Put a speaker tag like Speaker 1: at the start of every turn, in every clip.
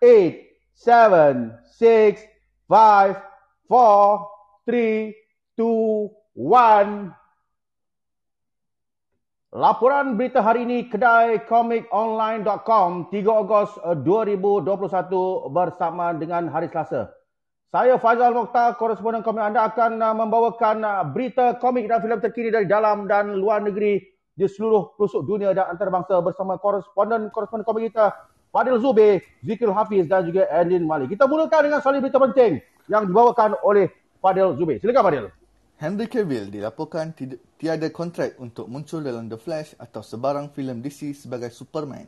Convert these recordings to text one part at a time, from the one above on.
Speaker 1: eight, seven, six, five, four, three, two, one. Laporan berita hari ini kedai komikonline.com 3 Ogos eh, 2021 bersama dengan hari Selasa. Saya Faizal Mokhtar, koresponden komik anda akan eh, membawakan eh, berita komik dan filem terkini dari dalam dan luar negeri di seluruh pelosok dunia dan antarabangsa bersama koresponden-koresponden komik kita Fadil Zubir, Zikil Hafiz dan juga Edlin Malik. Kita mulakan dengan salin berita penting yang dibawakan oleh Fadil Zubir. Silakan Fadil.
Speaker 2: Henry Cavill dilaporkan tid- tiada kontrak untuk muncul dalam The Flash atau sebarang filem DC sebagai Superman.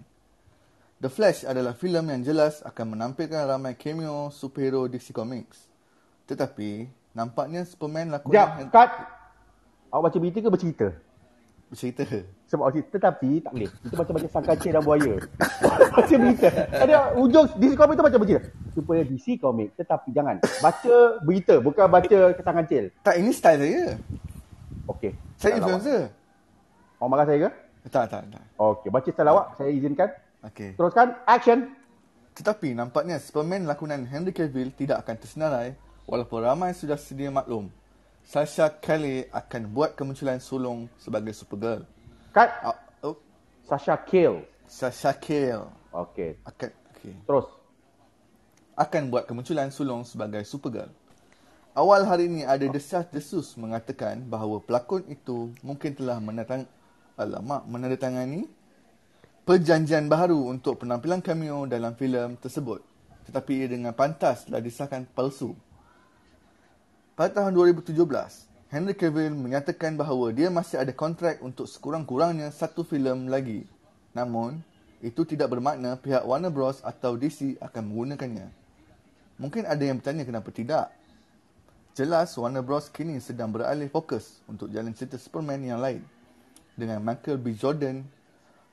Speaker 2: The Flash adalah filem yang jelas akan menampilkan ramai cameo superhero DC Comics. Tetapi, nampaknya Superman
Speaker 1: Sekejap,
Speaker 2: lakonan
Speaker 1: cut. Awak baca berita ke bercerita?
Speaker 2: bercerita.
Speaker 1: Sebab awak cerita tapi tak boleh. Kita macam baca sangkacir dan buaya. baca berita. Ada ujung DC Comics tu baca berita. Supaya DC Comics tetapi jangan. Baca berita bukan baca kesan kancil.
Speaker 2: Tak, ini style saya.
Speaker 1: Okey.
Speaker 2: Saya
Speaker 1: Salah awak.
Speaker 2: influencer.
Speaker 1: Awak marah saya ke?
Speaker 2: Tak, tak, tak.
Speaker 1: Okey, baca style awak. Saya izinkan.
Speaker 2: Okey.
Speaker 1: Teruskan. Action.
Speaker 2: Tetapi nampaknya Superman lakonan Henry Cavill tidak akan tersenarai walaupun ramai sudah sedia maklum. Sasha Kelly akan buat kemunculan sulung sebagai Supergirl.
Speaker 1: Cut.
Speaker 2: Ah, oh,
Speaker 1: Sasha Kill.
Speaker 2: Sasha Kelly
Speaker 1: Okey.
Speaker 2: akan okay.
Speaker 1: Terus.
Speaker 2: akan buat kemunculan sulung sebagai Supergirl. Awal hari ini ada desas-desus mengatakan bahawa pelakon itu mungkin telah menatang, alamak, menandatangani perjanjian baru untuk penampilan cameo dalam filem tersebut. Tetapi ia dengan pantas telah disahkan palsu. Pada tahun 2017, Henry Cavill menyatakan bahawa dia masih ada kontrak untuk sekurang-kurangnya satu filem lagi. Namun, itu tidak bermakna pihak Warner Bros atau DC akan menggunakannya. Mungkin ada yang bertanya kenapa tidak. Jelas Warner Bros kini sedang beralih fokus untuk jalan cerita Superman yang lain dengan Michael B. Jordan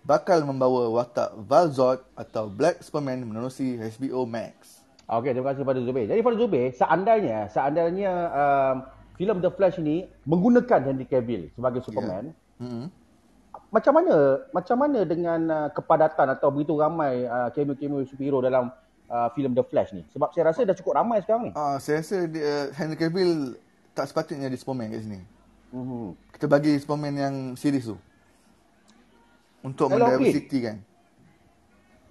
Speaker 2: bakal membawa watak Val Zod atau Black Superman menerusi HBO Max.
Speaker 1: Okey, terima kasih pada Zubir. Jadi pada Zubir, seandainya seandainya um, filem The Flash ni menggunakan Henry Cavill sebagai Superman,
Speaker 2: Hmm.
Speaker 1: macam mana macam mana dengan uh, kepadatan atau begitu ramai uh, cameo-cameo superhero dalam uh, filem The Flash ni? Sebab saya rasa dah cukup ramai sekarang ni.
Speaker 2: Ah, saya rasa dia, Henry Cavill tak sepatutnya jadi Superman kat sini.
Speaker 1: Mhm.
Speaker 2: Kita bagi Superman yang series tu. Untuk
Speaker 1: Hello,
Speaker 2: mendiversity kan.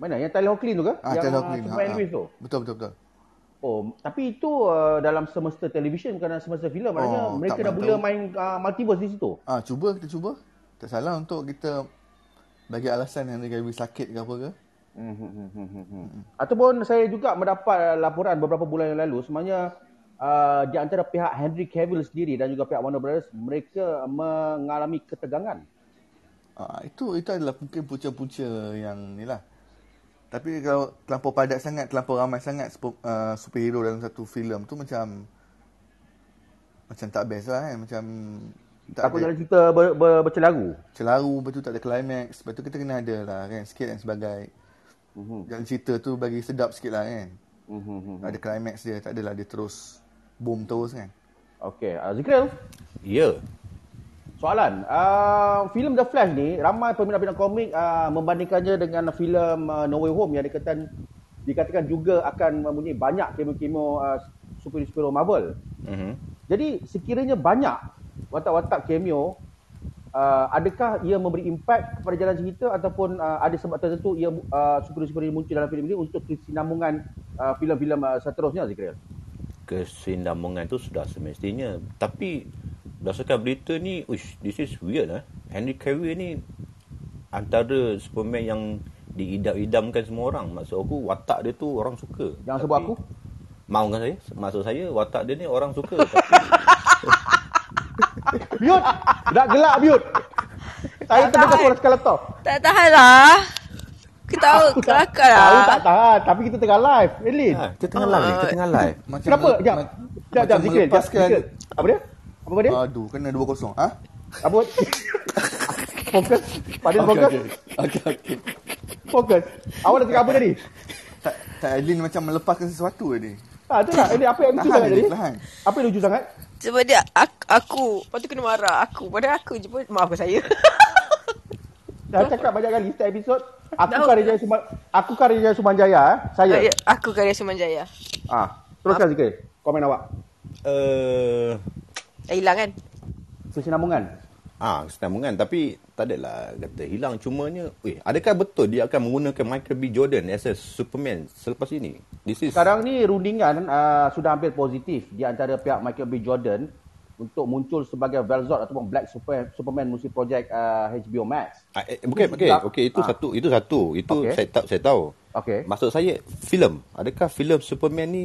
Speaker 1: Mana yang Tyler Hoechlin tu ke?
Speaker 2: Ah,
Speaker 1: yang
Speaker 2: Taylor
Speaker 1: uh,
Speaker 2: Hoechlin.
Speaker 1: Superman
Speaker 2: Ah, ah.
Speaker 1: Reeves tu.
Speaker 2: Betul, betul, betul.
Speaker 1: Oh, tapi itu uh, dalam semester televisyen kerana semester filem maknanya
Speaker 2: Oh,
Speaker 1: mereka
Speaker 2: tak
Speaker 1: dah
Speaker 2: mana
Speaker 1: mula
Speaker 2: tahu.
Speaker 1: main uh, multiverse di situ.
Speaker 2: Ah, cuba kita cuba. Tak salah untuk kita bagi alasan Henry Cavill sakit ke apa ke. mhm,
Speaker 1: Mhm. Ataupun saya juga mendapat uh, laporan beberapa bulan yang lalu sebenarnya uh, di antara pihak Henry Cavill sendiri dan juga pihak Warner Brothers mereka mengalami ketegangan.
Speaker 2: Ah, itu itu adalah mungkin punca-punca yang ni lah. Tapi kalau terlampau padat sangat, terlampau ramai sangat super, uh, superhero dalam satu filem tu macam macam tak best lah kan. Macam tak
Speaker 1: Takut
Speaker 2: ada
Speaker 1: jalan cerita ber, ber, bercelaru.
Speaker 2: celaru, lepas tu tak ada climax. Lepas tu kita kena ada lah kan, sikit dan sebagai
Speaker 1: Mhm.
Speaker 2: jalan cerita tu bagi sedap sikit lah kan.
Speaker 1: Mhm.
Speaker 2: Tak ada climax dia, tak adalah dia terus boom terus kan.
Speaker 1: Okey, uh, Zikril,
Speaker 3: Ya.
Speaker 1: soalan. Uh, filem The Flash ni ramai peminat-peminat komik uh, membandingkannya dengan filem uh, No Way Home yang dikatakan dikatakan juga akan mempunyai banyak cameo-cameo uh, superhero-superhero Marvel.
Speaker 3: Mhm.
Speaker 1: Jadi sekiranya banyak watak-watak cameo, uh, adakah ia memberi impak kepada jalan cerita ataupun uh, ada sebab tertentu ia uh, superhero-superhero muncul dalam filem ini untuk kesinambungan uh, filem-filem uh, seterusnya Zikril?
Speaker 3: Kesinambungan tu sudah semestinya. Tapi berdasarkan berita ni, uish, this is weird lah. Henry Cavill ni antara Superman yang diidam-idamkan semua orang. Maksud aku watak dia tu orang suka.
Speaker 1: Jangan sebut aku.
Speaker 3: Mau kan saya? Maksud saya watak dia ni orang suka. Tapi
Speaker 1: Mute! Nak gelak mute! Saya
Speaker 4: Tak
Speaker 1: terdengar
Speaker 4: tahan.
Speaker 1: suara skala tau.
Speaker 4: Tak tahan lah. Ketawa Oh, kelakar
Speaker 1: Tahu
Speaker 4: lah.
Speaker 1: tak tahan, tapi kita tengah live. Elin,
Speaker 3: ha, kita tengah live, kita tengah live.
Speaker 2: Macam
Speaker 1: kenapa?
Speaker 2: mele-
Speaker 1: Sekejap.
Speaker 2: ma-
Speaker 1: Sekejap,
Speaker 2: macam
Speaker 1: sekejap, Zikril. Sekejap,
Speaker 2: melepaskan-
Speaker 1: Zikril. Apa dia? Apa dia?
Speaker 2: Aduh, kena 2-0. Ha?
Speaker 1: Apa? Fokus. Fadil fokus.
Speaker 2: okey. Okey, okey.
Speaker 1: Fokus. Awak nak cakap apa tadi?
Speaker 2: Tak, tak Adeline macam melepaskan sesuatu tadi.
Speaker 1: Ah, tu lah. Ini apa yang lucu
Speaker 2: Tahan,
Speaker 1: sangat tadi?
Speaker 2: Elin, tahan.
Speaker 1: Apa yang lucu sangat?
Speaker 4: Sebab dia aku, aku. Lepas tu kena marah aku. Pada aku je pun. Maafkan saya.
Speaker 1: Dah cakap banyak kali setiap episod Aku
Speaker 4: Tahu. Ah, ya.
Speaker 1: Karya Jaya Suman aku Karya Jaya Sumanjaya eh. Saya.
Speaker 4: Saya. Aku Karya Sumanjaya.
Speaker 1: Ah, teruskan sikit komen awak.
Speaker 3: Uh,
Speaker 4: Dah hilang kan?
Speaker 1: Kesinambungan.
Speaker 3: ah, kesinambungan tapi tak adalah kata hilang cumanya eh adakah betul dia akan menggunakan Michael B Jordan as a Superman selepas ini? This is
Speaker 1: Sekarang ni rundingan uh, sudah hampir positif di antara pihak Michael B. Jordan untuk muncul sebagai Velzot ataupun Black Super, Superman musim projek uh, HBO Max.
Speaker 3: Ah, eh, bukan okey okey itu
Speaker 1: Ah.
Speaker 3: satu itu satu itu
Speaker 1: Okey.
Speaker 3: saya tak saya tahu.
Speaker 1: Okey.
Speaker 3: Maksud saya filem. Adakah filem Superman ni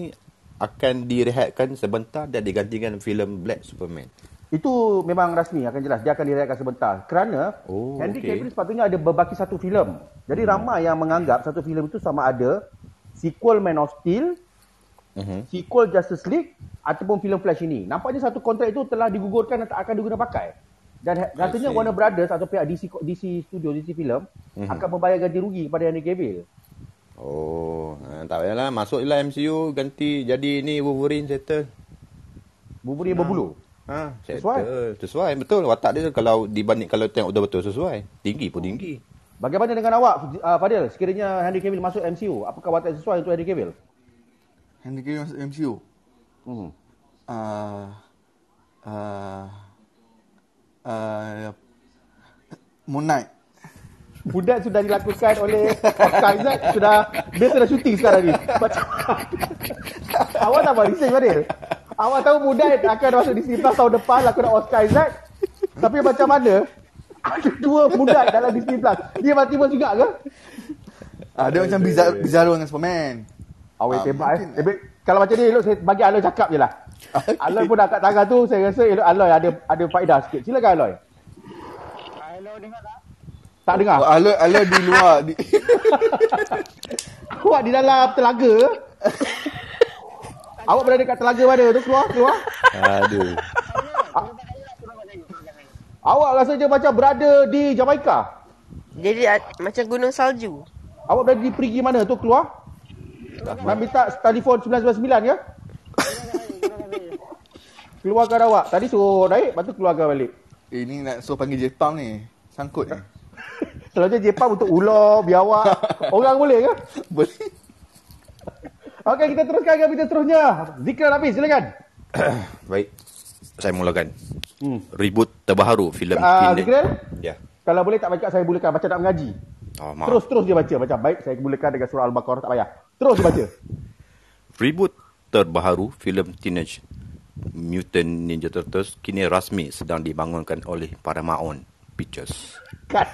Speaker 3: akan direhatkan sebentar dan digantikan filem Black Superman?
Speaker 1: Itu memang rasmi akan jelas dia akan diraikan sebentar kerana
Speaker 3: Oh,
Speaker 1: Henry
Speaker 3: okey. Hmm.
Speaker 1: Cavill sepatutnya ada berbaki satu filem. Jadi ramai yang menganggap satu filem itu sama ada sequel Man of Steel,
Speaker 3: Mhm.
Speaker 1: sequel Justice League ataupun filem Flash ini. Nampaknya satu kontrak itu telah digugurkan dan tak akan diguna pakai. Dan ha- katanya
Speaker 3: see. Mhm.
Speaker 1: Warner Brothers atau pihak DC co- DC Studio DC Film akan membayar ganti rugi kepada Henry Cavill.
Speaker 3: Oh, ah, tak payahlah masuklah MCU ganti jadi ni Wolverine settle.
Speaker 1: Buburi nah. berbulu.
Speaker 3: Ha,
Speaker 1: Sesuai.
Speaker 3: settle. Sesuai betul watak dia kalau dibanding kalau tengok betul-betul sesuai. Tinggi pun tinggi.
Speaker 1: Bagaimana dengan awak uh, Fadil? Sekiranya Henry Cavill masuk MCU, apakah watak sesuai untuk Henry Cavill?
Speaker 2: Henry Cavill masuk MCU.
Speaker 3: Mhm.
Speaker 1: Hmm.
Speaker 2: Uh, uh, uh, Moon Knight.
Speaker 1: Budak sudah dilakukan oleh Kak Izzat sudah dia sudah syuting sekarang ni. Macam Awak tak buat research Fadil. Awak tahu budak akan masuk di sini tahun depan aku nak Oscar Izzat. Tapi macam mana? Ada dua budak dalam Disney Plus. Dia mati pun juga ke?
Speaker 2: Ah, dia macam Bizarro, Bizarro dengan Superman.
Speaker 1: Awak
Speaker 2: Ah,
Speaker 1: tembak eh.
Speaker 2: mungkin, eh.
Speaker 1: Lebih, kalau macam ni elok saya bagi Aloy cakap je lah. Aloy pun dah kat tangan tu saya rasa elok Aloy ada ada faedah sikit. Silakan Aloy. Aloy dengar tak? Tak dengar.
Speaker 2: Oh, Aloy, Aloy di luar. Di,
Speaker 1: Awak di dalam telaga. Awak berada dekat telaga mana tu keluar keluar.
Speaker 3: Aduh.
Speaker 1: Awak rasa je macam berada di Jamaika.
Speaker 4: Jadi a- macam gunung salju.
Speaker 1: Awak berada di perigi mana tu keluar? Nak minta telefon 999 ya? Keluarkan awak. Tadi suruh naik, lepas tu keluarkan balik.
Speaker 2: eh, ni nak suruh panggil Jepang ni. Sangkut ni.
Speaker 1: Selalunya Jepang untuk ular, biawak. Orang boleh ke?
Speaker 2: Boleh.
Speaker 1: Okey, kita teruskan ke berita seterusnya. Zikran habis, silakan.
Speaker 3: Baik. Saya mulakan.
Speaker 1: Hmm.
Speaker 3: Reboot terbaru filem
Speaker 1: Ah,
Speaker 3: Clean Air.
Speaker 1: Zikran?
Speaker 3: Ya.
Speaker 1: Kalau boleh tak baca saya mulakan macam nak mengaji.
Speaker 3: Oh, maaf.
Speaker 1: Terus terus dia baca macam baik saya mulakan dengan surah Al-Baqarah tak payah. Terus dia baca.
Speaker 3: Reboot terbaru filem Teenage Mutant Ninja Turtles kini rasmi sedang dibangunkan oleh Paramount Pictures.
Speaker 1: Cut.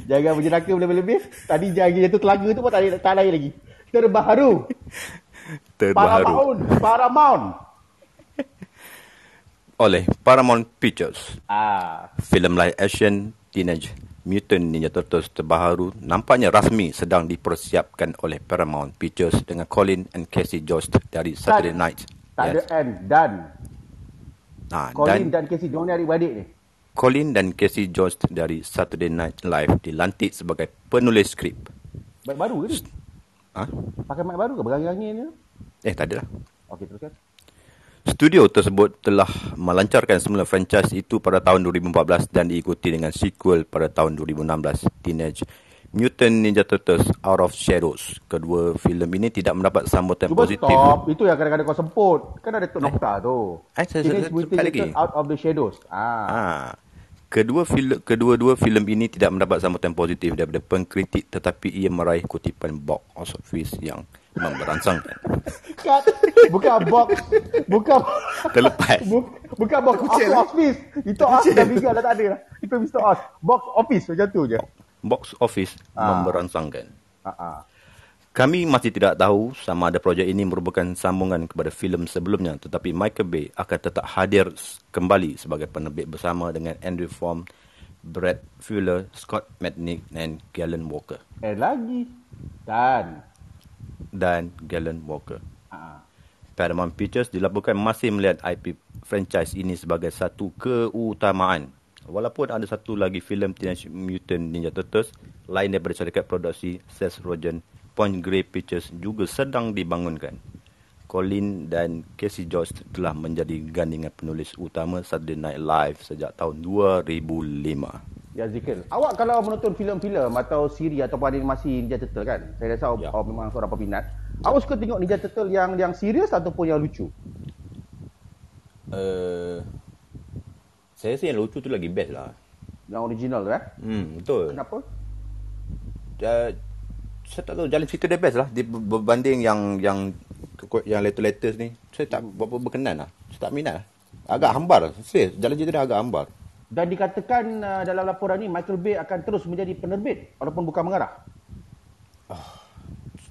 Speaker 1: Jangan menjelaka lebih-lebih. Tadi jangan jatuh telaga tu pun tak ada tak ada lagi. Terbaru.
Speaker 3: Terbaru
Speaker 1: Paramount. Paramount.
Speaker 3: oleh Paramount Pictures.
Speaker 1: Ah,
Speaker 3: Filem live action Teenage Mutant Ninja Turtles terbaru nampaknya rasmi sedang dipersiapkan oleh Paramount Pictures dengan Colin and Casey Jost dari Saturday Night.
Speaker 1: tak ada N dan
Speaker 3: Nah,
Speaker 1: Colin
Speaker 3: dan
Speaker 1: dan, Casey Jones ni adik-beradik ni.
Speaker 3: Colin dan Casey Jost dari Saturday Night Live dilantik sebagai penulis skrip.
Speaker 1: Mic baru ke ni?
Speaker 3: Ha?
Speaker 1: Pakai mic baru ke berangin-angin ni?
Speaker 3: Eh, tak ada lah.
Speaker 1: Okey, teruskan.
Speaker 3: Studio tersebut telah melancarkan semula franchise itu pada tahun 2014 dan diikuti dengan sequel pada tahun 2016, Teenage Mutant Ninja Turtles Out of Shadows. Kedua filem ini tidak mendapat sambutan
Speaker 1: Cuba
Speaker 3: positif.
Speaker 1: stop. Itu yang kadang-kadang kau semput. Kan ada Tok Nokta tu.
Speaker 3: Eh, saya- saya-
Speaker 1: Teenage
Speaker 3: saya-
Speaker 1: Mutant
Speaker 3: sekali
Speaker 1: Ninja
Speaker 3: lagi.
Speaker 1: Out of the Shadows. Ah.
Speaker 3: Ha. Kedua filem kedua-dua filem ini tidak mendapat sambutan positif daripada pengkritik tetapi ia meraih kutipan box office yang memberangsangkan.
Speaker 1: Cut. Bukan box. Bukan
Speaker 3: Terlepas.
Speaker 1: Bu- Bukan box
Speaker 2: Terkucil,
Speaker 1: aku
Speaker 2: eh?
Speaker 1: office. Itu us dah bigat dah tak ada. dah. Itu Mr. Us. Box office macam tu je.
Speaker 3: Box office memberangsangkan.
Speaker 1: Ha ah.
Speaker 3: Kami masih tidak tahu sama ada projek ini merupakan sambungan kepada filem sebelumnya tetapi Michael Bay akan tetap hadir s- kembali sebagai penerbit bersama dengan Andrew Form, Brad Fuller, Scott Madnick dan Galen Walker.
Speaker 1: Eh lagi. Dan
Speaker 3: Dan Galen Walker. Ah.
Speaker 1: ha.
Speaker 3: Paramount Pictures dilaporkan masih melihat IP franchise ini sebagai satu keutamaan. Walaupun ada satu lagi filem Teenage Mutant Ninja Turtles lain daripada syarikat produksi Seth Rogen, Point Grey Pictures juga sedang dibangunkan. Colin dan Casey Jost telah menjadi gandingan penulis utama Saturday Night Live sejak tahun 2005.
Speaker 1: Yazikal. Ya Awak kalau menonton filem-filem atau siri ataupun animasi Ninja Turtle kan? Saya rasa
Speaker 3: Ya.
Speaker 1: ya. awak memang seorang peminat. Awak suka tengok Ninja Turtle yang yang serius ataupun yang lucu?
Speaker 3: Uh, saya rasa yang lucu tu lagi best lah.
Speaker 1: Yang original tu eh?
Speaker 3: Hmm, betul.
Speaker 1: Kenapa?
Speaker 3: Uh, saya tak tahu jalan cerita dia best lah dia ber- berbanding yang yang yang letter-letters ni. Saya tak berapa berkenan lah. Saya tak minat lah. Agak hambar. lah. Serius, jalan cerita dia agak hambar.
Speaker 1: Dan dikatakan uh, dalam laporan ni Michael Bay akan terus menjadi penerbit walaupun bukan mengarah.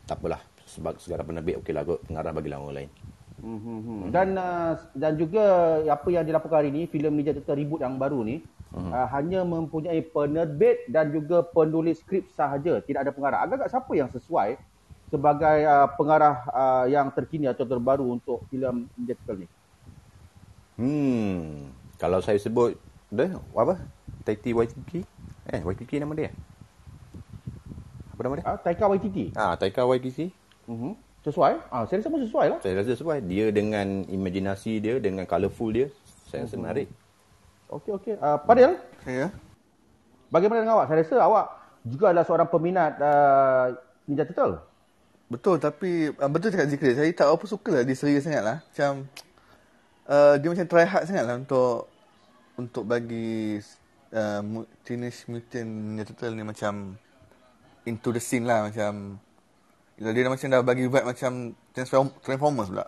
Speaker 3: Tak apalah. Sebab segala penerbit okey lah kot. Pengarah bagilah orang lain.
Speaker 1: Mm-hmm. Dan uh, dan juga apa yang dilaporkan hari ni filem Ninja Turtle reboot yang baru ni mm-hmm. uh, hanya mempunyai penerbit dan juga penulis skrip sahaja, tidak ada pengarah. Agak-agak siapa yang sesuai sebagai uh, pengarah uh, yang terkini atau terbaru untuk filem Ninja Turtle ni?
Speaker 3: Hmm. Kalau saya sebut dia apa? Taiti Waititi. Eh, Waititi nama dia. Apa nama dia?
Speaker 1: Uh, Taika Waititi.
Speaker 3: Ah, Taika Waititi.
Speaker 1: Mm-hmm. Sesuai? Ah, saya rasa pun sesuai lah.
Speaker 3: Saya rasa sebab dia dengan imajinasi dia, dengan colourful dia, saya rasa menarik.
Speaker 1: Okey okey. Uh, Padil,
Speaker 2: Saya
Speaker 1: bagaimana dengan awak? Saya rasa awak juga adalah seorang peminat uh, Ninja Turtle.
Speaker 2: Betul tapi uh, betul cakap Zikri. Saya tak apa suka lah dia serius sangat lah. Macam uh, dia macam try hard sangat lah untuk untuk bagi uh, mu- Teenage Mutant Ninja Turtle ni macam into the scene lah macam dia dah macam dah bagi vibe macam Transform- Transformers pula.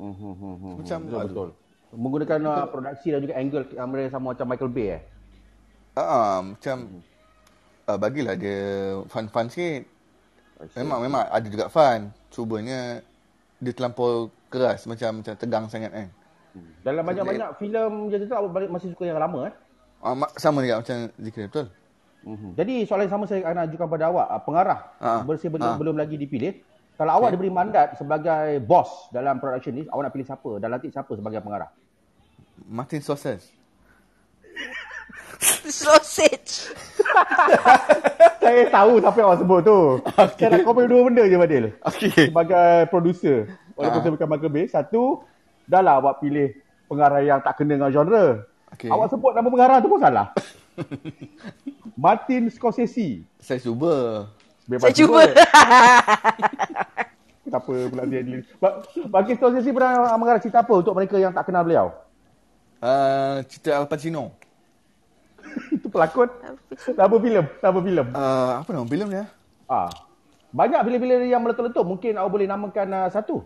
Speaker 1: Mm-hmm.
Speaker 2: Macam
Speaker 1: Betul, betul. Menggunakan uh, produksi dan juga angle kamera sama macam Michael Bay eh.
Speaker 2: Ah, macam uh, bagilah dia fun-fun sikit. Memang memang ada juga fun. Cubanya dia terlampau keras macam macam tegang sangat kan.
Speaker 1: Dalam banyak-banyak filem je tu awak balik masih suka yang lama eh.
Speaker 2: Ah, ma- sama juga macam Zikri betul.
Speaker 1: Mm-hmm. Jadi soalan yang sama saya akan ajukan pada awak, Ah, pengarah
Speaker 2: Ah.
Speaker 1: bersih belum, belum lagi dipilih. Kalau awak diberi mandat sebagai bos dalam production ni, awak nak pilih siapa dan lantik siapa sebagai pengarah?
Speaker 2: Martin Scorsese.
Speaker 4: Sausage.
Speaker 1: saya tahu siapa yang awak sebut tu. Okay. Saya nak komen dua benda je Badil.
Speaker 2: Okey.
Speaker 1: Sebagai producer, walaupun
Speaker 2: Ah.
Speaker 1: saya bukan Michael Bay, satu, dah lah awak pilih pengarah yang tak kena dengan genre.
Speaker 2: Okey.
Speaker 1: Awak sebut nama pengarah tu pun salah. Martin Scorsese.
Speaker 2: Saya cuba.
Speaker 1: Bebas
Speaker 4: Saya cuba.
Speaker 1: sebut. Kenapa pula dia ni? Ba- Bagi Scorsese pernah mengarah cerita apa untuk mereka yang tak kenal beliau?
Speaker 2: Uh, cerita Al Pacino.
Speaker 1: Itu pelakon. Nama filem, nama filem.
Speaker 2: Uh, apa nama filem dia?
Speaker 1: Ah. Banyak bila-bila yang meletup-letup. Mungkin awak boleh namakan uh, satu.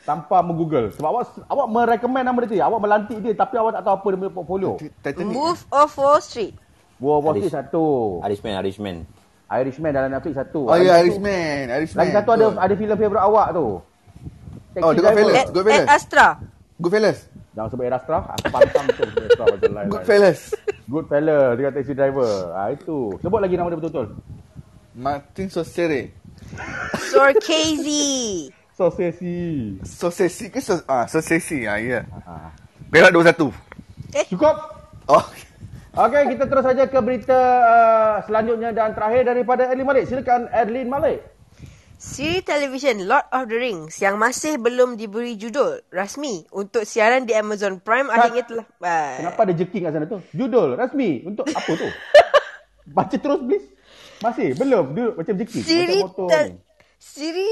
Speaker 1: Tanpa menggoogle. Sebab awak awak merecommend nama dia tu. Awak melantik dia tapi awak tak tahu apa dia punya portfolio.
Speaker 2: Ti- Titanic.
Speaker 4: Move off Wall Street.
Speaker 1: War War Street
Speaker 3: Aris-
Speaker 1: satu.
Speaker 3: Irishman, Irishman.
Speaker 1: Irishman dalam Netflix satu.
Speaker 2: Oh ya,
Speaker 1: Lagi satu-
Speaker 2: Irishman. Irishman.
Speaker 1: Lagi satu ada ada filem favorite awak tu.
Speaker 2: Oh, The Godfather.
Speaker 4: At,
Speaker 2: Go, Bella.
Speaker 4: at Astra.
Speaker 2: Goodfellas.
Speaker 1: Jangan sebut Erastra. Aku pantang tu sebut Erastra pasal lain.
Speaker 2: Goodfellas.
Speaker 1: Good fella dengan taxi driver. Ha, itu. Sebut lagi nama dia betul-betul.
Speaker 2: Martin Scorsese.
Speaker 4: Sorkazy.
Speaker 1: Sosesi.
Speaker 2: Scorsese ke Scorsese? Ah, Scorsese. Ah, ya.
Speaker 1: Ha.
Speaker 2: Perak 21.
Speaker 1: Cukup.
Speaker 2: Oh.
Speaker 1: Okey, kita terus saja ke berita uh, selanjutnya dan terakhir daripada Adlin Malik. Silakan Adlin Malik.
Speaker 4: Siri televisyen Lord of the Rings yang masih belum diberi judul rasmi untuk siaran di Amazon Prime akhirnya telah uh,
Speaker 1: Kenapa ada jeking kat sana tu? Judul rasmi untuk apa tu? Baca terus please. Masih belum duduk macam jeking. Eh,
Speaker 4: Siri
Speaker 1: macam motor
Speaker 4: te-
Speaker 1: ni.
Speaker 4: Siri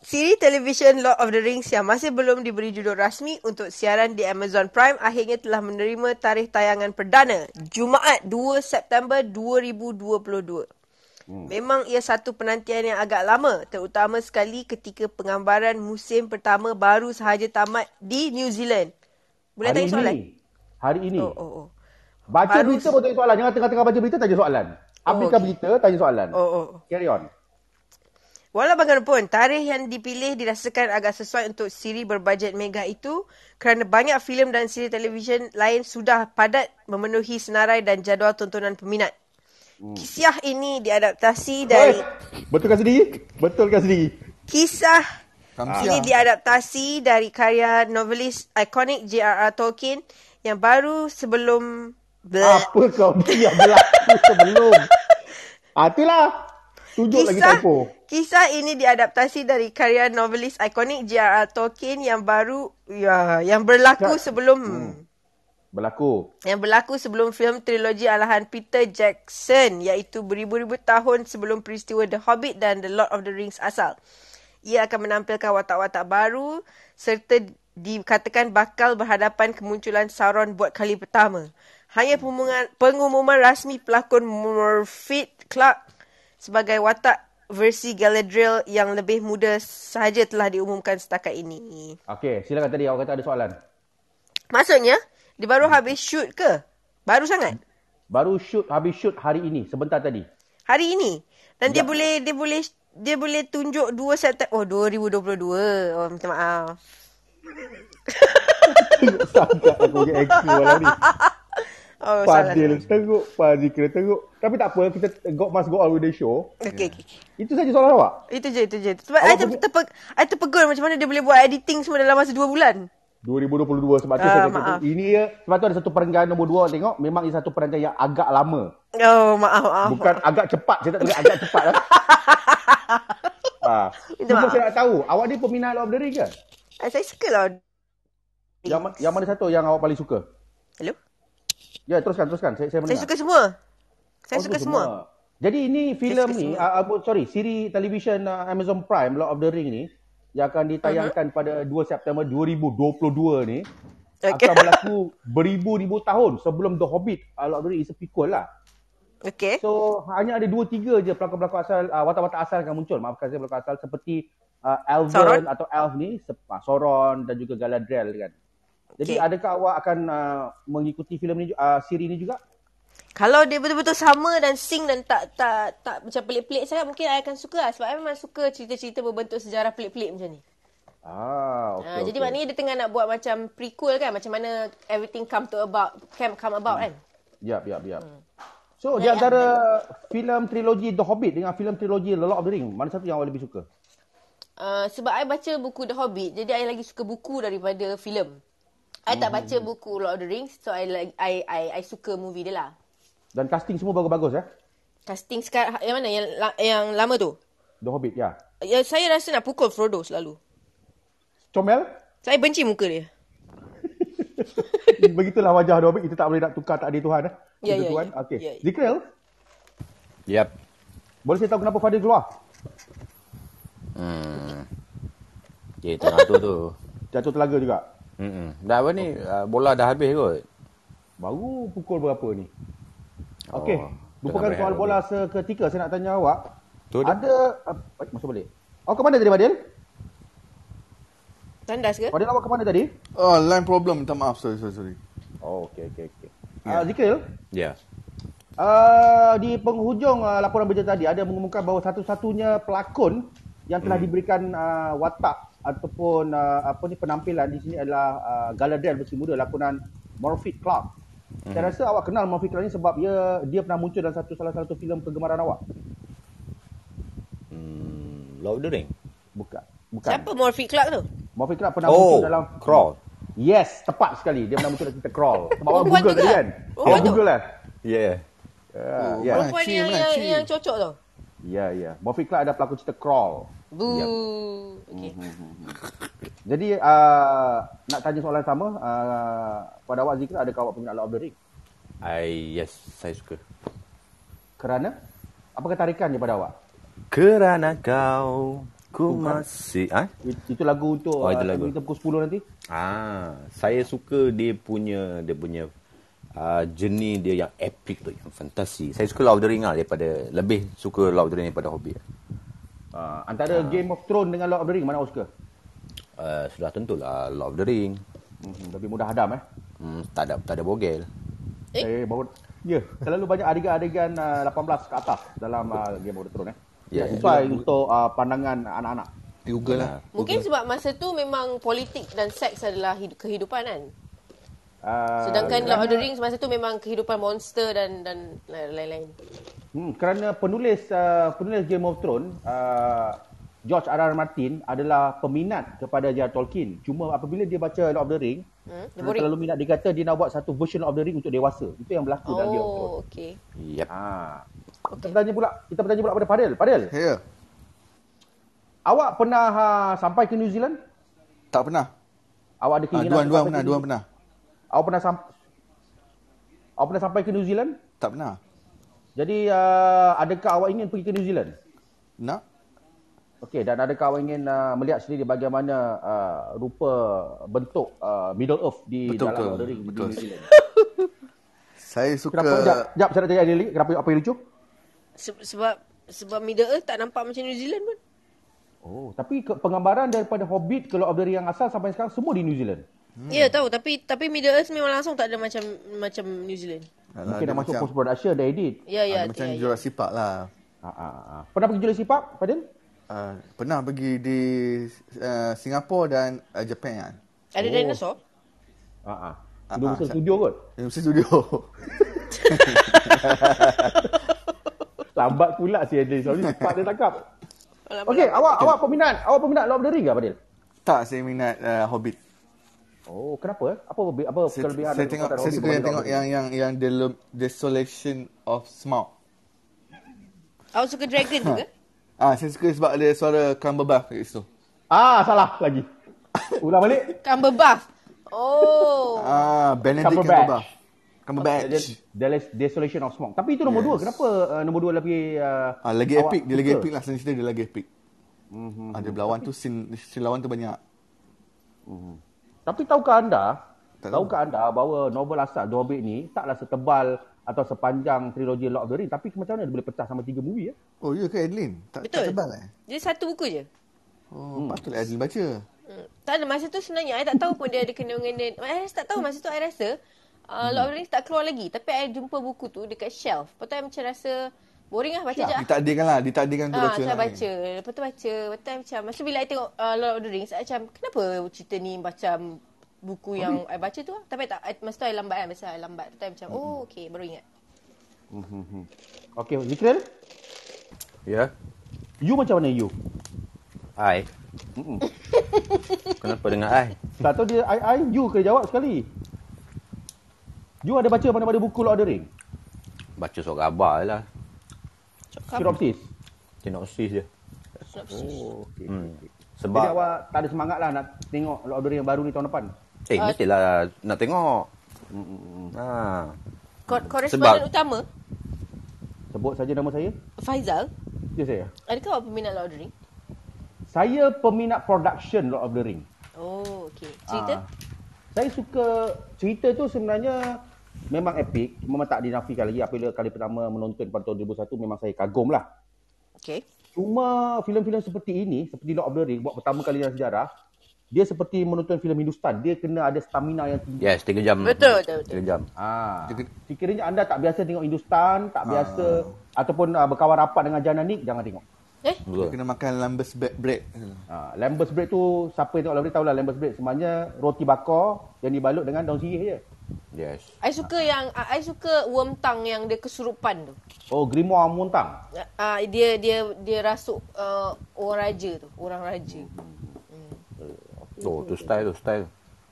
Speaker 4: Siri televisyen Lord of the Rings yang masih belum diberi judul rasmi untuk siaran di Amazon Prime akhirnya telah menerima tarikh tayangan perdana Jumaat 2 September 2022.
Speaker 1: Hmm.
Speaker 4: Memang ia satu penantian yang agak lama, terutama sekali ketika penggambaran musim pertama baru sahaja tamat di New Zealand. Boleh
Speaker 1: Hari
Speaker 4: tanya soalan?
Speaker 1: ini. Hari ini.
Speaker 4: Oh, oh, oh.
Speaker 1: Baca
Speaker 4: Harus-
Speaker 1: berita
Speaker 4: Oh,
Speaker 1: baru tanya soalan. Jangan tengah-tengah baca berita tanya soalan. Ambilkan
Speaker 4: okey.
Speaker 1: berita tanya soalan.
Speaker 4: Oh, oh, oh.
Speaker 1: Carry on.
Speaker 4: Walau bagaimanapun, tarikh yang dipilih dirasakan agak sesuai untuk siri berbajet mega itu kerana banyak filem dan siri televisyen lain sudah padat memenuhi senarai dan jadual tontonan peminat. Kisah ini diadaptasi dari
Speaker 1: Eh, betulkan sendiri? Betulkan sendiri.
Speaker 4: kisah
Speaker 2: Samsia.
Speaker 1: Ah.
Speaker 4: ini diadaptasi dari karya novelis ikonik J.R.R. Tolkien yang baru sebelum Bleh.
Speaker 1: Apa kau ni yang berlaku sebelum? Ah, itulah. Tunjuk lagi
Speaker 4: Kisah,
Speaker 1: typo.
Speaker 4: kisah ini diadaptasi dari karya novelis ikonik J.R.R. Tolkien yang baru ya, yang berlaku
Speaker 1: Tak.
Speaker 4: sebelum
Speaker 1: berlaku.
Speaker 4: yang berlaku sebelum filem trilogi alahan Peter Jackson iaitu beribu-ribu tahun sebelum peristiwa The Hobbit dan The Lord of the Rings asal. Ia akan menampilkan watak-watak baru serta dikatakan bakal berhadapan kemunculan Sauron buat kali pertama. Hanya pengumuman, pengumuman rasmi pelakon Murphy Clark sebagai watak versi Galadriel yang lebih muda sahaja telah diumumkan setakat ini.
Speaker 1: Okey, silakan tadi awak kata ada soalan.
Speaker 4: Maksudnya, dia baru habis shoot ke? Baru sangat?
Speaker 1: Baru shoot habis shoot hari ini sebentar tadi.
Speaker 4: Hari ini. Dan dia boleh dia boleh dia boleh tunjuk 2 September oh 2022. Oh minta maaf.
Speaker 2: Teruk sangat aku punya acting malam ni.
Speaker 4: Oh salah.
Speaker 2: Padil teruk, Fazli kena teruk.
Speaker 1: Tapi tak apa, kita go, must go all with the show.
Speaker 4: Okey okey. okey.
Speaker 1: Itu saja soalan awak.
Speaker 4: Itu je itu je. Sebab I, ter, terpe, I terpegun macam mana dia boleh buat editing semua dalam masa 2 bulan.
Speaker 1: 2022 sebab tu
Speaker 4: Ah,
Speaker 1: saya
Speaker 4: maaf.
Speaker 1: kata ini dia sebab tu ada satu perenggan nombor dua tengok memang ini satu perenggan yang agak lama
Speaker 4: Oh maaf maaf.
Speaker 1: bukan agak cepat saya tak tulis agak cepat lah. ah.
Speaker 4: Itu lah. Eh.
Speaker 1: Cuma
Speaker 4: maaf.
Speaker 1: saya nak tahu awak ni peminat Lord of the Rings ke?
Speaker 4: I, saya suka lah.
Speaker 1: Yang, ma- yang mana satu yang awak paling suka?
Speaker 4: Hello?
Speaker 1: Ya teruskan teruskan saya saya
Speaker 4: Saya
Speaker 1: mendengar.
Speaker 4: suka semua. Saya
Speaker 1: Oh,
Speaker 4: suka semua.
Speaker 1: Jadi ini filem
Speaker 4: suka
Speaker 1: ni
Speaker 4: semua.
Speaker 1: uh, uh, sorry siri televisyen uh, Amazon Prime Lord of the Ring ni yang akan
Speaker 4: Uh-huh.
Speaker 1: ditayangkan pada 2 September 2022 ni
Speaker 4: Okay.
Speaker 1: akan berlaku beribu-ribu tahun sebelum The Hobbit uh, Lord of the Ring is a prequel lah.
Speaker 4: Okey.
Speaker 1: So hanya ada dua tiga je pelakon-pelakon asal uh, watak-watak asal akan muncul. Maafkan saya pelakon asal seperti uh, Elven
Speaker 4: Sauron.
Speaker 1: Sauron. atau Elf ni se- ah, Sauron dan juga Galadriel kan. Jadi
Speaker 4: Okay.
Speaker 1: adakah awak akan uh, mengikuti filem ni ju- uh, siri ni juga?
Speaker 4: Kalau dia betul-betul sama dan sing dan tak tak tak macam pelik-pelik sangat mungkin I akan suka lah. sebab I memang suka cerita-cerita berbentuk sejarah pelik-pelik macam ni.
Speaker 1: Ah, okey.
Speaker 4: Okay, uh,
Speaker 1: okey.
Speaker 4: jadi maknanya dia tengah nak buat macam prequel kan macam mana everything come to about come, come about kan.
Speaker 1: Yap, yap, yap.
Speaker 4: Hmm.
Speaker 1: So
Speaker 4: ya.
Speaker 1: di antara filem trilogi The Hobbit dengan filem trilogi The Lord of the Ring, mana satu yang awak lebih suka?
Speaker 4: Uh, sebab I baca buku The Hobbit jadi I lagi suka buku daripada filem. I tak baca buku Lord of the Rings so I like I I I suka movie dia lah.
Speaker 1: Dan casting semua bagus-bagus eh.
Speaker 4: Casting sekarang yang mana yang la- yang lama tu?
Speaker 1: The Hobbit ya.
Speaker 4: Ya, saya rasa nak pukul Frodo selalu.
Speaker 1: Comel,
Speaker 4: Saya benci muka dia.
Speaker 1: begitulah wajah The Hobbit, kita tak boleh nak tukar tak ada Tuhan eh. Kita
Speaker 4: Ya, ya,
Speaker 1: Tuhan.
Speaker 4: ya.
Speaker 1: Okey.
Speaker 4: Ya, ya.
Speaker 1: Zikril,
Speaker 3: Yep.
Speaker 1: boleh saya tahu kenapa Fadil keluar?
Speaker 3: Hmm. Dia tengah tu tu.
Speaker 1: Jatuh telaga juga.
Speaker 3: Hmm. Dah apa ni? Uh, bola dah habis kot.
Speaker 1: Baru pukul berapa ni? Okey.
Speaker 3: Oh,
Speaker 1: Lupakan
Speaker 3: tengah
Speaker 1: soal
Speaker 3: berehat
Speaker 1: bola seketika. Saya nak tanya awak.
Speaker 3: Tu dia.
Speaker 1: ada... Uh, masuk balik. Awak ke mana tadi, Fadil?
Speaker 4: Tandas ke?
Speaker 1: Fadil, awak ke mana tadi?
Speaker 2: Oh, line problem. Minta maaf. Sorry, sorry, sorry.
Speaker 1: Oh, okey, okey, okey. Uh, Zikril,
Speaker 3: Ya. Yeah.
Speaker 1: uh, di penghujung uh, laporan berita tadi ada mengumumkan bahawa satu-satunya pelakon yang telah diberikan uh, watak ataupun uh, apa ni penampilan di sini adalah uh, Galadriel versi muda lakonan Morphy Clark. Saya rasa awak kenal Morphy Clark ni sebab dia dia pernah muncul dalam satu salah satu filem kegemaran awak.
Speaker 3: Hmm, Lord of the Ring.
Speaker 1: Bukan. Bukan.
Speaker 4: Siapa Morphy Clark tu?
Speaker 1: Morphy Clark pernah
Speaker 3: oh,
Speaker 1: muncul dalam
Speaker 3: crawl.
Speaker 1: Yes, tepat sekali. Dia pernah muncul dalam cerita Crawl. Sebab
Speaker 4: Oh,
Speaker 1: awak
Speaker 4: bukan
Speaker 1: Google
Speaker 4: tu
Speaker 1: tadi
Speaker 4: ke?
Speaker 1: kan?
Speaker 4: Oh,
Speaker 1: awak
Speaker 4: bukan tu?
Speaker 1: Google lah.
Speaker 3: Yeah.
Speaker 1: Ya, ya.
Speaker 2: Oh, bukan.
Speaker 4: Perempuan
Speaker 2: Cik,
Speaker 4: yang,
Speaker 2: Melati.
Speaker 4: yang, yang cocok tu?
Speaker 1: Ya, ya. Morphy Clark ada pelakon cerita Crawl.
Speaker 4: Boo. Okay.
Speaker 1: Jadi uh, nak tanya soalan sama uh, pada awak Zikri ada awak peminat Lord of the Ring?
Speaker 3: I yes, saya suka.
Speaker 1: Kerana apakah tarikan dia pada awak?
Speaker 3: Kerana kau ku masih ah.
Speaker 1: It- Itu lagu untuk
Speaker 3: Oh, itu
Speaker 1: uh,
Speaker 3: lagu.
Speaker 1: kita pukul 10 nanti.
Speaker 3: Ah, saya suka dia punya dia punya uh, jenis dia yang epic tu, yang fantasi. Saya suka Lord of the Ring lah daripada lebih suka Lord of the Ring daripada Hobbit. Ah.
Speaker 1: Uh, antara Game of Thrones dengan Lord of the Ring mana awak suka?
Speaker 3: Uh, sudah tentulah Lord of the Ring.
Speaker 1: Hmm, lebih mudah hadam eh.
Speaker 3: Hmm, tak ada tak ada bogel.
Speaker 1: Eh, baru ya, selalu banyak adegan-adegan uh, 18 ke atas dalam uh, Game of Thrones eh.
Speaker 3: Ya,
Speaker 1: Ya,
Speaker 3: ya.
Speaker 1: sesuai untuk uh, pandangan anak-anak.
Speaker 2: Dia Google lah.
Speaker 4: Mungkin sebab masa tu memang politik dan seks adalah hid- kehidupan kan.
Speaker 1: Uh,
Speaker 4: Sedangkan Lord of the Rings masa tu memang kehidupan monster dan dan lain-lain.
Speaker 1: Hmm, kerana penulis uh, penulis Game of Thrones uh, George R.R. Martin adalah peminat kepada J.R. Tolkien. Cuma apabila dia baca Lord of the Ring,
Speaker 4: Hmm,
Speaker 1: dia
Speaker 4: dia boring.
Speaker 1: terlalu minat dia kata dia nak buat satu version of the Ring untuk dewasa. Itu yang berlaku dalam Game of Thrones.
Speaker 4: Oh, okay.
Speaker 3: Yep.
Speaker 1: Ha. Kita bertanya pula, kita bertanya pula pada Fadil. Fadil,
Speaker 2: Ya.
Speaker 1: awak pernah ha, sampai ke New Zealand?
Speaker 2: Tak pernah.
Speaker 1: Awak ada
Speaker 2: Ah,
Speaker 1: keinginan
Speaker 2: Duan,
Speaker 1: untuk
Speaker 2: Duan
Speaker 1: sampai
Speaker 2: pernah.
Speaker 1: ke
Speaker 2: Duan
Speaker 1: New-
Speaker 2: pernah.
Speaker 1: Awak pernah sam- Awak pernah sampai ke New Zealand?
Speaker 2: Tak pernah.
Speaker 1: Jadi uh, adakah awak ingin pergi ke New Zealand?
Speaker 2: Nak?
Speaker 1: Okey dan adakah awak ingin uh, melihat sendiri bagaimana uh, rupa bentuk uh, Middle Earth di
Speaker 2: Betul,
Speaker 1: dalam
Speaker 2: betul.
Speaker 1: Lord of the Ring
Speaker 2: Betul.
Speaker 1: di New Zealan?
Speaker 2: Saya suka...
Speaker 1: Kenapa? Jap, jap saya nak tanya Adeli, kenapa apa yang lucu?
Speaker 4: Se- Sebab sebab Middle Earth tak nampak macam New Zealand pun.
Speaker 1: Oh, tapi ke, penggambaran daripada Hobbit ke Lord of the Ring yang asal sampai sekarang semua di New Zealand.
Speaker 4: Hmm. Ya tahu tapi tapi Middle Earth memang langsung tak ada macam macam New Zealand.
Speaker 2: Alah,
Speaker 1: Mungkin
Speaker 2: dia
Speaker 1: dah masuk
Speaker 2: macam-
Speaker 1: post production dah edit.
Speaker 4: Ya
Speaker 2: Ya,
Speaker 4: ya.
Speaker 2: macam
Speaker 4: ya, ya.
Speaker 2: Jurassic Park lah.
Speaker 1: Ha, ha, ha. Pernah pergi Jurassic Park, Fadil?
Speaker 2: Uh, pernah pergi di uh, Singapura dan uh, Japan.
Speaker 4: Ada oh. dinosaur?
Speaker 1: Ha ah.
Speaker 2: Ha,
Speaker 1: Duduk
Speaker 2: ha,
Speaker 1: masa
Speaker 2: Ustaz.
Speaker 1: studio kot.
Speaker 2: University Studio.
Speaker 1: Lambat pula si Adeli. Sorry, cepat dia tangkap.
Speaker 4: Alamak.
Speaker 1: Okey, awak awak peminat, awak peminat Lord of the Ring ke, Fadil?
Speaker 2: tak, saya minat uh, Hobbit.
Speaker 1: Oh, kenapa eh? Apa apa, apa
Speaker 2: Saya,
Speaker 1: kelebihan
Speaker 2: saya
Speaker 1: dan
Speaker 2: tengok,
Speaker 1: kekuatan
Speaker 2: saya
Speaker 1: Hobbit
Speaker 2: suka yang
Speaker 1: berbanding
Speaker 2: tengok
Speaker 1: Lord of
Speaker 2: yang yang yang The Lo- Desolation of Smaug.
Speaker 4: Awak suka dragon juga?
Speaker 2: Ah, saya suka sebab ada suara Cumberbatch kat situ.
Speaker 1: the Ring? Ah, salah lagi. Ulang balik.
Speaker 4: Cumberbatch. Oh.
Speaker 2: Ah, Benedict
Speaker 1: Cumberbatch.
Speaker 2: Cumberbatch. Cumberbatch.
Speaker 1: The Desolation of Smoke. Tapi itu nombor yes. dua. Kenapa uh, nombor dua lagi... Uh,
Speaker 2: Ah, lagi
Speaker 1: awak Mhm.
Speaker 2: epic, dia lagi
Speaker 1: suka?
Speaker 2: epic lah. Senang cerita dia lagi epic. Mm-hmm. Ada berlawan tu, scene, scene lawan tu banyak.
Speaker 1: Tapi tahukah anda,
Speaker 2: Tak tahu.
Speaker 1: tahukah anda bahawa novel asal The Hobbit ni taklah setebal atau sepanjang trilogi Lord of the Ring. Tapi macam mana dia boleh pecah sama tiga movie ya?
Speaker 2: Oh, ya ke Adeline? Tak, tak
Speaker 4: Betul.
Speaker 2: tebal eh?
Speaker 4: Dia satu buku je.
Speaker 2: Oh, hmm. patutlah Adeline baca.
Speaker 4: Hmm. Tak ada masa tu sebenarnya I tak tahu pun dia ada kena mengena. I rasa tak tahu masa tu I rasa uh, Lord of the Rings tak keluar lagi tapi I jumpa buku tu dekat shelf. Lepas tu I macam rasa boring lah baca je. lah.
Speaker 2: Ditakdirkan lah, ditakdirkan tu
Speaker 4: Ah,
Speaker 2: baca
Speaker 4: saya
Speaker 2: lah. ni.
Speaker 4: baca. Lepas tu baca. Lepas tu I macam masa bila I tengok uh, Lord of the Rings I macam kenapa cerita ni macam buku yang I baca tu lah. Tapi I tak I, masa tu I lambat kan masa I lambat. Lepas tu I macam oh okey baru ingat.
Speaker 1: Okay, Zikril,
Speaker 3: Ya.
Speaker 1: you macam mana you?
Speaker 3: I. Kenapa dengan I?
Speaker 1: Tak tahu dia I, I, you kena jawab sekali. You ada baca mana-mana buku Lord of the Ring?
Speaker 3: Baca surat khabar je lah.
Speaker 4: Cakap.
Speaker 1: Sinopsis.
Speaker 3: Sinopsis dia.
Speaker 1: Oh, okay.
Speaker 3: Hmm.
Speaker 1: Jadi
Speaker 3: Sebab
Speaker 1: awak tak ada semangat lah nak tengok Lord of the Ring yang baru ni tahun depan?
Speaker 3: Eh, uh, mestilah nak tengok. Ha.
Speaker 4: Kor- Koresponden
Speaker 3: Sebab-
Speaker 4: utama
Speaker 1: Sebut saja nama saya.
Speaker 4: Faizal.
Speaker 1: Ya saya.
Speaker 4: Adakah awak peminat Lord of the Rings?
Speaker 1: Saya peminat production Lord of the Ring.
Speaker 4: Oh okey.
Speaker 1: Ah.
Speaker 4: Cerita?
Speaker 1: Saya suka cerita tu sebenarnya memang epic. Memang tak dinafikan lagi apabila kali pertama menonton pada tahun 2001 memang saya kagum lah.
Speaker 4: Okey.
Speaker 1: Cuma filem-filem seperti ini, seperti Lord of the Ring buat pertama kali dalam sejarah, dia seperti menonton filem Hindustan. Dia kena ada stamina yang tinggi.
Speaker 3: Yes, 3 jam.
Speaker 4: Betul, betul, betul.
Speaker 3: 3 jam.
Speaker 1: Ah,
Speaker 2: Dia kena-
Speaker 1: sekiranya anda tak biasa tengok Hindustan, tak biasa ataupun uh, berkawan rapat dengan Jananik, jangan tengok.
Speaker 4: Eh?
Speaker 2: Dia
Speaker 3: Betul.
Speaker 2: kena makan lambus bread. bread.
Speaker 1: Ah, Lambers bread tu siapa yang tengok Lambers bread tahulah Lambers bread lah. sebenarnya roti bakar yang dibalut dengan daun sirih je.
Speaker 3: Yes.
Speaker 4: I suka yang I I suka worm tongue yang dia kesurupan tu.
Speaker 1: Oh, grimoire montang.
Speaker 4: Uh, dia dia dia rasuk uh, orang raja tu, orang raja.
Speaker 3: Oh, tu style tu, style.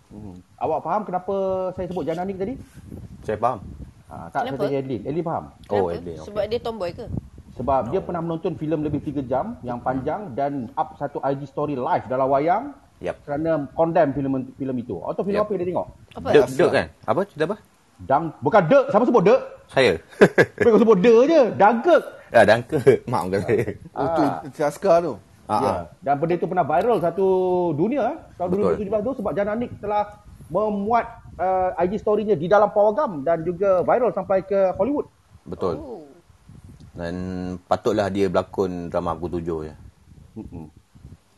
Speaker 1: Hmm. Awak faham kenapa saya sebut Jananik tadi?
Speaker 3: Saya faham.
Speaker 1: Ha, tak, saya
Speaker 4: Kenapa?
Speaker 1: tanya Edlin. Edlin faham?
Speaker 3: Oh,
Speaker 4: Kenapa?
Speaker 3: Edlin.
Speaker 4: Sebab dia tomboy ke?
Speaker 1: Sebab dia pernah menonton filem lebih 3 jam yang panjang dan up satu IG story live dalam wayang
Speaker 3: Yap.
Speaker 1: kerana condemn filem filem itu. Atau filem
Speaker 3: Yap.
Speaker 1: apa yang dia tengok?
Speaker 4: Apa?
Speaker 3: Dek, dek kan? Apa? Cerita apa?
Speaker 1: Dang, bukan dek, siapa sebut dek?
Speaker 3: Saya.
Speaker 1: Tapi kau sebut dek je, dagek.
Speaker 3: Dah dangka. Mak kata saya.
Speaker 2: Oh, tu Tiaska tu.
Speaker 3: Ah,
Speaker 1: Ya. Dan benda itu pernah viral satu dunia eh, tahun
Speaker 3: Betul.
Speaker 1: 2017 tu sebab Jananik telah memuat uh, IG story-nya di dalam pawagam dan juga viral sampai ke Hollywood.
Speaker 3: Betul.
Speaker 4: Oh.
Speaker 3: Dan patutlah dia berlakon drama aku tujuh ya. je.
Speaker 1: Mm-mm.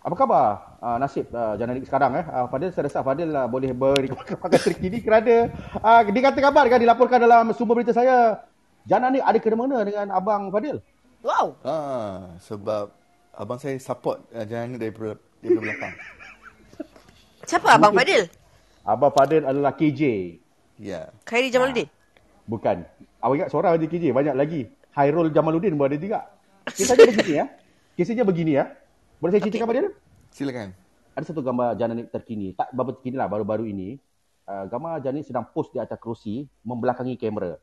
Speaker 1: Apa khabar uh, nasib uh, Jananik sekarang eh? Uh, Fadil saya rasa Fadil uh, boleh beri kepada terkini kerana uh, dikata kabar kan dilaporkan dalam sumber berita saya Jananik ada kena-mengena dengan abang Fadil.
Speaker 4: Wow.
Speaker 2: Ah, sebab abang saya support uh, jangan daripada daripada belakang.
Speaker 4: Siapa abang Fadil?
Speaker 1: Abang Fadil adalah KJ.
Speaker 2: Ya. Yeah.
Speaker 4: Khairi Jamaluddin.
Speaker 1: Bukan. Awak ingat seorang je KJ, banyak lagi. Hairul Jamaluddin pun ada juga. Kisahnya begini ya. Kisahnya begini ya. Boleh saya ceritakan okay. Fadil?
Speaker 2: Silakan.
Speaker 1: ada satu gambar Jananik terkini, tak berapa terkini lah baru-baru ini. Uh, gambar Jananik sedang post di atas kerusi membelakangi kamera.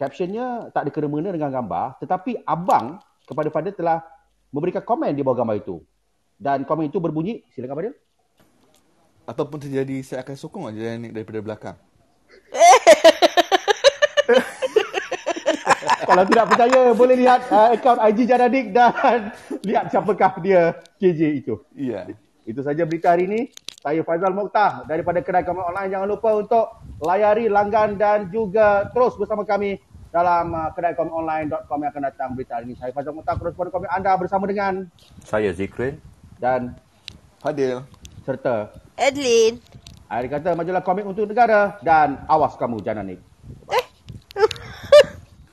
Speaker 1: Captionnya tak ada kena-mengena dengan gambar tetapi abang kepada Fadil telah memberikan komen di bawah gambar itu. Dan komen itu berbunyi, silakan Fadil.
Speaker 2: lah Apapun terjadi, saya akan sokong jangan daripada belakang.
Speaker 1: Kalau tidak percaya boleh lihat uh, akaun IG Jadadik dan lihat siapakah dia KJ itu.
Speaker 2: Ya.
Speaker 1: Itu saja berita hari ini. Saya Faizal Mokhtar daripada Kedai Komen Online. Jangan lupa untuk layari langgan dan juga terus bersama kami dalam uh, kedai komen online.com yang akan datang berita hari ini. Saya Faizal Mokhtar, korresponden komen anda bersama dengan
Speaker 3: Saya Zikrin.
Speaker 1: dan
Speaker 2: Fadil.
Speaker 1: serta
Speaker 4: Adeline.
Speaker 1: air kata majulah komik untuk negara dan awas kamu jangan naik.